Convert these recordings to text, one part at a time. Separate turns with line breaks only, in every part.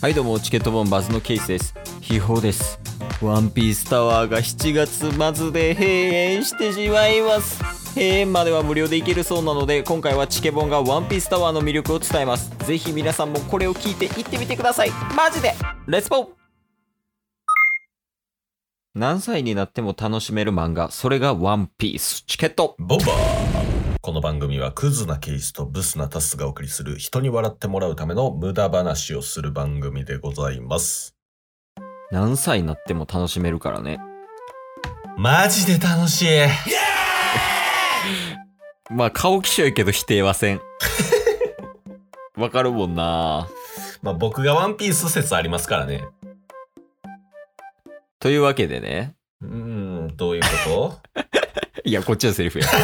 はいどうもチケットボンバーズのケイスです秘宝ですワンピースタワーが7月末で閉園してしまいます閉園までは無料で行けるそうなので今回はチケボンがワンピースタワーの魅力を伝えますぜひ皆さんもこれを聞いて行ってみてくださいマジでレッツポン何歳になっても楽しめる漫画それがワンピースチケット
ボンバーこの番組はクズなケースとブスなタスがお送りする人に笑ってもらうための無駄話をする番組でございます。
何歳になっても楽しめるからね
マジで楽しい
まあ顔きしょいけど否定はせんわかるもんな
まあ僕がワンピース説ありますからね。
というわけでね
うーん、どういうこと
いやこっちのセリフや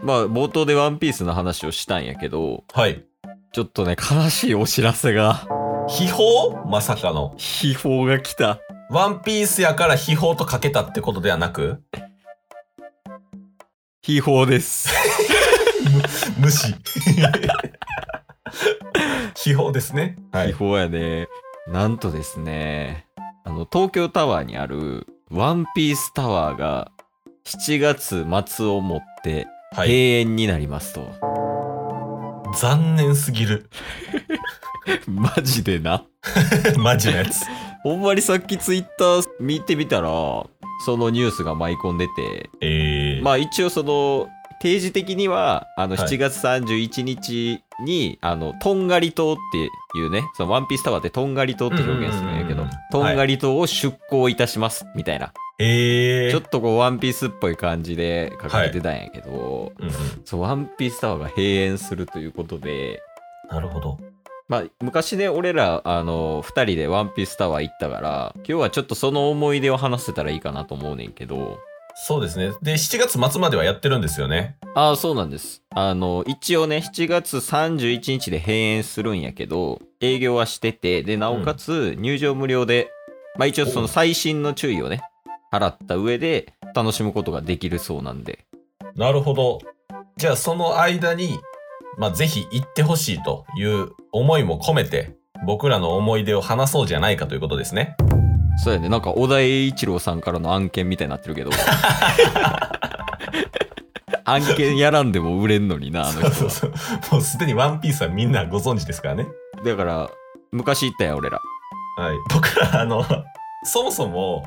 まあ冒頭でワンピースの話をしたんやけど
はい。
ちょっとね悲しいお知らせが
秘宝まさかの。
秘宝が来た
ワンピースやから秘宝とかけたってことではなく、
秘宝です
無視。 秘宝ですね。は
秘
い。
宝やねなんとですねあの東京タワーにあるワンピースタワーが7月末をもって
は
閉
い、
園になります と、
残念すぎる。
マジでな
マジのやつ。
ほんまにさっきツイッター見てみたら、そのニュースが舞い込んでて、
えー。
まあ一応その、定時的には、あの、
はい
7月31日に、あの、とんがり島っていうね、そのワンピースタワーってとんがり島って表現するんやけ
う
ど
んうんうんうん、
とんがり島を出港いたします、みたいな。
えー。
ちょっとこう、ワンピースっぽい感じで書かれてたんやけど、
うんうん
そう、ワンピースタワーが閉園するということで、
なるほど。
まあ、昔ね、俺ら、あの、二人でワンピースタワー行ったから、今日はちょっとその思い出を話せたらいいかなと思うねんけど、
そうですね。で、7月末まではやってるんですよね。
ああ、そうなんです。あの、一応ね、7月31日で閉園するんやけど、営業はしてて、で、なおかつ入場無料で、まあ一応その最新の注意をね、払った上で、楽しむことができるそうなんで。
なるほど。じゃあ、その間に、まあ、ぜひ行ってほしいという思いも込めて、僕らの思い出を話そうじゃないかということですね。
そうやね、なんか小田栄一郎さんからの案件みたいになってるけど。案件やらんでも売れんのにな、あの人は。
そうそうそう。 もうすでにワンピースはみんなご存知ですからね。
だから、昔行ったよ、俺ら。
はい。僕ら、あの、そもそも、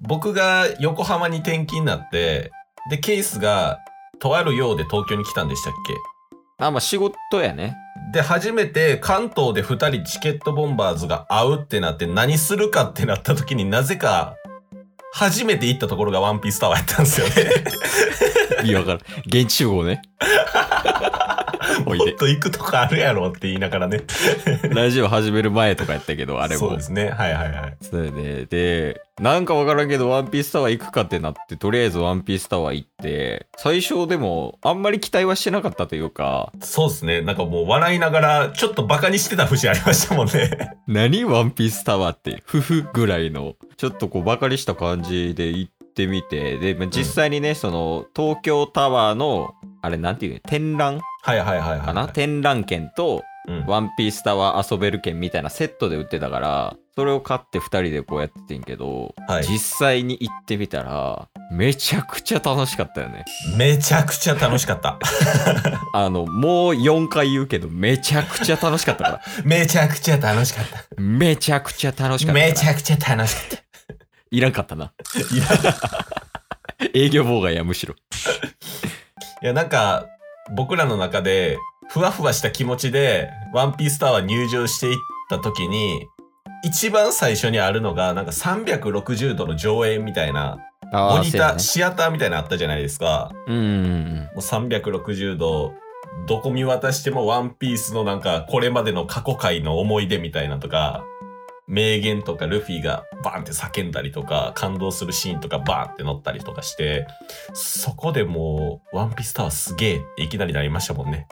僕が横浜に転勤になって、で、ケースが、とあるようで東京に来たんでしたっけ
あ、まあ仕事やね。
で、初めて関東で2人チケットボンバーズが会うってなって何するかってなった時になぜか初めて行ったところがワンピースタワーやったんですよね。
いや、わからん。現地集合ね。 おい
もっと行くとこあるやろって言いながらね。
で。ラジオ始める前とかやった けど、あれも。
そうですね。はいはいはい。
そうやね。で、なんかわからんけど、ワンピースタワー行くかってなって、とりあえずワンピースタワー行って、最初でも、あんまり期待はしてなかったというか、
そうですね。なんかもう笑いながらちょっとバカにしてた節ありましたもんね。
何ワンピースタワーって、ふふぐらいの、ちょっとこう、ばかりした感じで行ってみて、で、まあ実際にね、その、東京タワーの、あれ、なんていうの展覧
はいはいはいはい、
かな展覧券と、
うん
ワンピースタワー遊べる券みたいなセットで売ってたから、それを買って2人でこうやっててんけど、
はい
実際に行ってみたら、めちゃくちゃ楽しかったよね。
めちゃくちゃ楽しかった。
あの、もう4回言うけど、めちゃくちゃ楽しかったか
めちゃくちゃ楽しかっ
ら。めちゃくちゃ楽しかったか
た。
ら。
めちゃくちゃ楽しかった。
いらんかったな。
いや
営業妨害や、むしろ。
いや、なんか、僕らの中で、ふわふわした気持ちで、ワンピースタワー入場していった時に、一番最初にあるのが、なんか360度の上映みたいな、モニター、シアターみたいなのあったじゃないですか。
うんうんうん。
もう360度、どこ見渡してもワンピースのなんか、これまでの過去回の思い出みたいなとか、名言とかルフィがバーンって叫んだりとか、感動するシーンとかバーンって乗ったりとかして、そこでもう、ワンピースタワーすげえっていきなりなりましたもんね。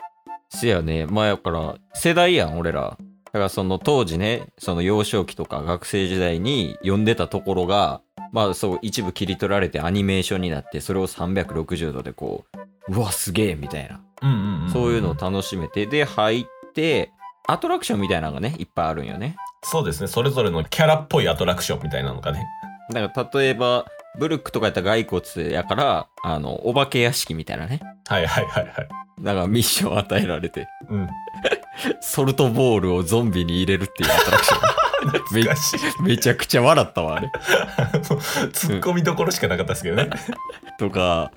せやね、まあやから、世代やん、俺ら。だからその当時ね、その幼少期とか学生時代に読んでたところが、まあそう、一部切り取られてアニメーションになって、それを360度でこう、うわ、すげえみたいな、
うんうん、うん。
そういうのを楽しめて、で、入って、アトラクションみたいなのがね、いっぱいあるんよね。
そうですね。それぞれのキャラっぽいアトラクションみたいなのがね。
だから例えば、ブルックとかやったら骸骨やから、あの、お化け屋敷みたいなね。
はいはいはいはい。
だからミッション与えられて、
うん。
ソルトボールをゾンビに入れるっていうアトラクション
難しい。
め。めちゃくちゃ笑ったわ、あれ。
ツッコミどころしかなかったですけどね。
とか、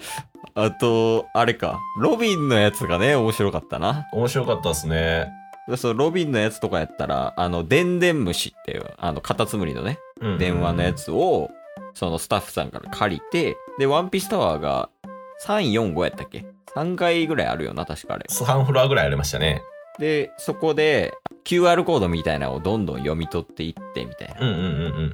あと、あれか、ロビンのやつがね、面白かったな。
面白かったですね。
そう、ロビンのやつとかやったら、あの、でんでん虫っていう、あの、カタツムリのね、
うん
電話のや。つを、そのスタッフさんから借りて、で、ワンピースタワーが3、4、5やったっけ ?3 回ぐらいあるよな、確かあれ。
3フロアぐらいありましたね。
で、そこで、QR コードみたいなのをどんどん読み取っていって、みたいな。
うんうんうんう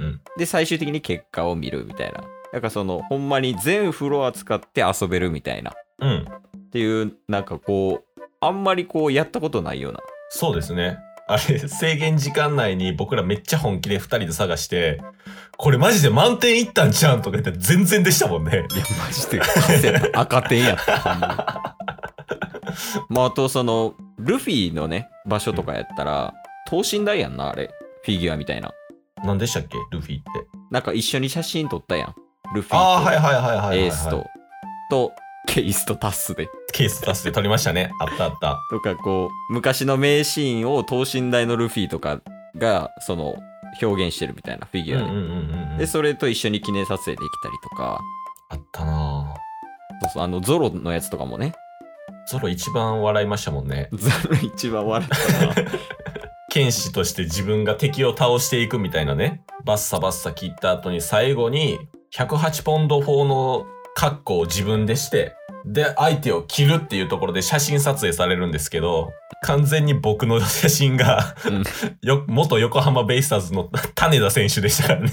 ん
で、最終的に結果を見る、みたいな。だからその、ほんまに全フロア使って遊べるみたいな。
うん。うん。
っていうなんかこうあんまりこうやったことないような
そうですね。あれ、制限時間内に僕らめっちゃ本気で2人で探して、これマジで満点いったんちゃうんとか言って全然でしたもんね。
いやマジで赤点やったほんまにまああとそのルフィのね場所とかやったら等身大やんなあれフィギュアみたいな
何でしたっけルフィって。
なんか一緒に写真撮ったやんルフ
ああ、はい
ィ
はいはいはいは
と
い、
エースととケイスとタッスで
ケース出して撮りましたね。あったあった。
とかこう昔の名シーンを等身大のルフィとかがその表現してるみたいなフィギュアで,、
うんうんうんうん、
でそれと一緒に記念撮影できたりとか
あったな
そうそうあのゾロのやつとかもね
ぁゾロ一番笑いましたもんね。
ゾロ一番笑ったな
剣士として自分が敵を倒していくみたいなね。バッサバッサ切った後に最後に108ポンド砲の格好を自分でして、で、相手を切るっていうところで写真撮影されるんですけど、完全に僕の写真が、
うん
よ元横浜ベイスターズの種田選手でしたからね。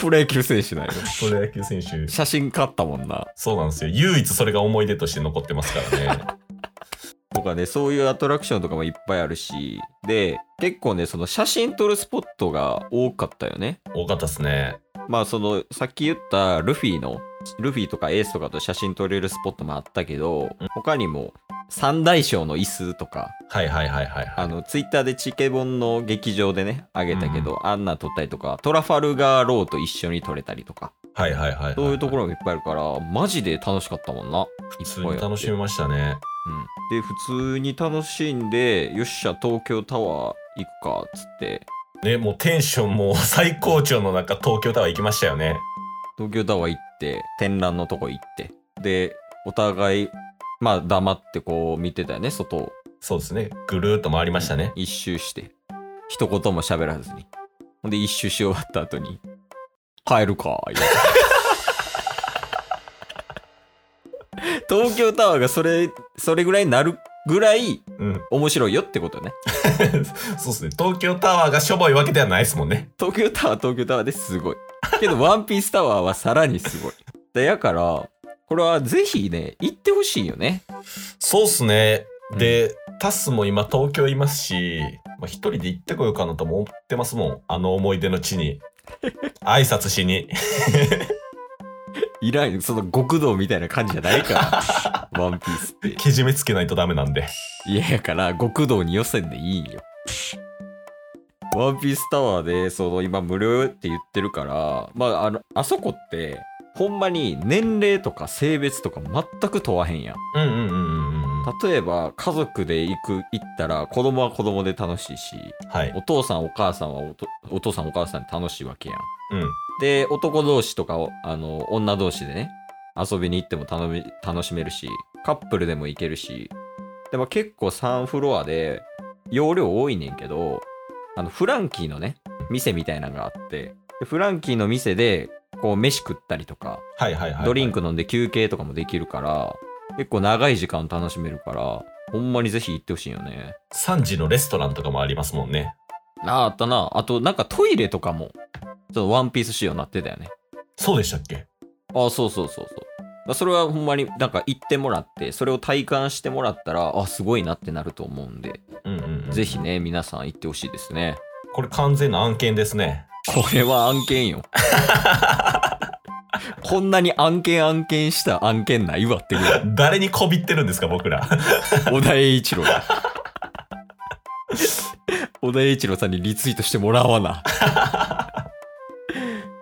プロ野球選手 だよ
プロ野球選手。
写真買ったもんな
そうなんですよ。唯一それが思い出として残ってますから ね。
とかねそういうアトラクションとかもいっぱいあるしで結構ねその写真撮るスポットが多かったよね
多かったですね。
まあそのさっき言ったルフィのルフィとかエースとかと写真撮れるスポットもあったけど他にも三大将の椅子とか
はいはいはいはいはい。
あのツイッターでチケボンの劇場でねあげたけど、あんな撮ったりとかトラファルガーローと一緒に撮れたりとか
はいはいはいはい。
そういうところもいっぱいあるから、マジで楽しかったもんな。
普通に
いっ
楽し
ぱいあって
みました
う
ね。
ん。で、普通に楽しんで、よっしゃ、東京タワー行くか、つって、
ね、もう テンションも最高潮の中、東京タワー行きましたよね。
東京タワー行って、展覧のとこ行って、で、お互い、まあ、黙ってこう見てたよね、外を
そうですね。ぐるーっと回りましたね。
一周して。一言も喋らずに。ほんで、一周し終わった後に、帰るか、言うて東京タワーがそれ、それぐらいになるぐらい、
うん。
面白いよってことね。
そうですね。東京タワーがしょぼいわけではないですもんね。
東京タワー東京タワーですごい。けど、ワンピースタワーはさらにすごい。でやから、これはぜひね、行ってほしいよね。
そうっすね。で、タスも今東京いますし、まあ、一人で行ってこようかなとも思ってますもん。あの思い出の地 に。挨拶しに。
いらん、その極道みたいな感じじゃないから。ワンピースって。
けじめつけないとダメなんで。
いや、やから、極道に寄せんでいいんよ。ワンピースタワーで、その、今無料って言ってるから、まあ、あの、あそこって、ほんまに年齢とか性別とか全く問わへんやん。
うんうんうんうんうんうん。は
例えば、家族で行く、行ったら、子供は子供で楽しいし、
い。
お父さんお母さんはおとお父さんお母さんで楽しいわけやん。
うん。
で男同士とかをあの女同士でね遊びに行っても楽み楽しめるしカップルでも行けるしでも結構3フロアで容量多いねんけどあのフランキーのね店みたいなのがあってでフランキーの店でこう飯食ったりとか
はいはいはい。
ドリンク飲んで休憩とかもできるから結構長い時間楽しめるからほんまにぜひ行ってほしいよね。
3時のレストランとかもありますもんね。
ああったな。あと、なんかトイレとかも、ちょっとワンピース仕様になってたよね。
そうでしたっけ
ああ、そうそうそうそう。まあそれはほんまになんか行ってもらって、それを体感してもらったら、あ、すごいなってなると思うんで、
うんうん、うん。
ぜひね、皆さん行ってほしいですね。
これ完全な案件ですね。
これは案件よ。こんなに案件案件した案件ないわってぐらい。
誰にこびってるんですか、僕ら。
小田栄一郎が。小田栄一郎さんにリツイートしてもらわな。は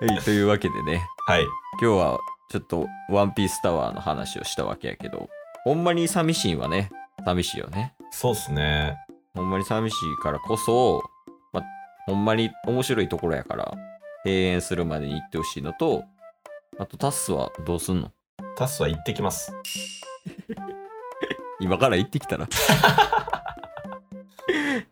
い、というわけでね、
はい。
今日はちょっとワンピースタワーの話をしたわけやけど、ほんまに寂しいはね、寂しいよね。
そうっすね。
ほんまに寂しいからこそ、ま、ほんまに面白いところやから、閉園するまでに行ってほしいのと、あとタッスはどうすんの
タスは行ってきます。
今から行ってきた ら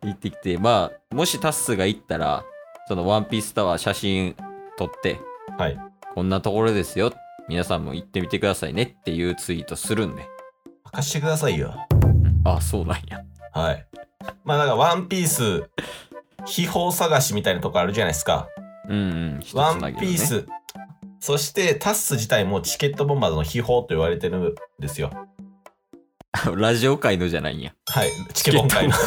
行ってきて、まあ、もしタッスが行ったら、そのワンピースタワー写真撮って、
はい。
こんなところですよ。皆さんも行ってみてくださいねっていうツイートするんで。
任してくださいよ。
あ、そうなんや。
はい。まあ、だからワンピース、秘宝探しみたいなとこあるじゃないですか。
うんうん。一つな
ワン
ぎのね
ピー。ス。そしてタッス自体もチケットボンバーズの秘宝と言われてるんですよ。
ラジオ界のじゃないんや。
はい。チケボン会の。だ か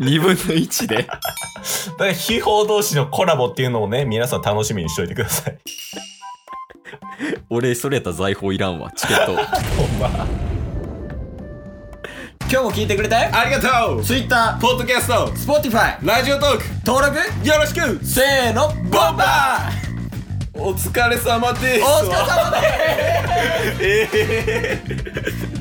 2分の1で。
ら秘宝同士のコラボっていうのをね、皆さん楽しみにしておいてください。
俺、それやったら財宝いらんわ。チケット。
ほんま。
今日も聞いてくれてありがとう Twitter、
ポッドキャスト、
Spotify、
ラジオトーク、
登録
よろしく
せーの、ボンバー
お疲れ様です
お疲れ様です
ええ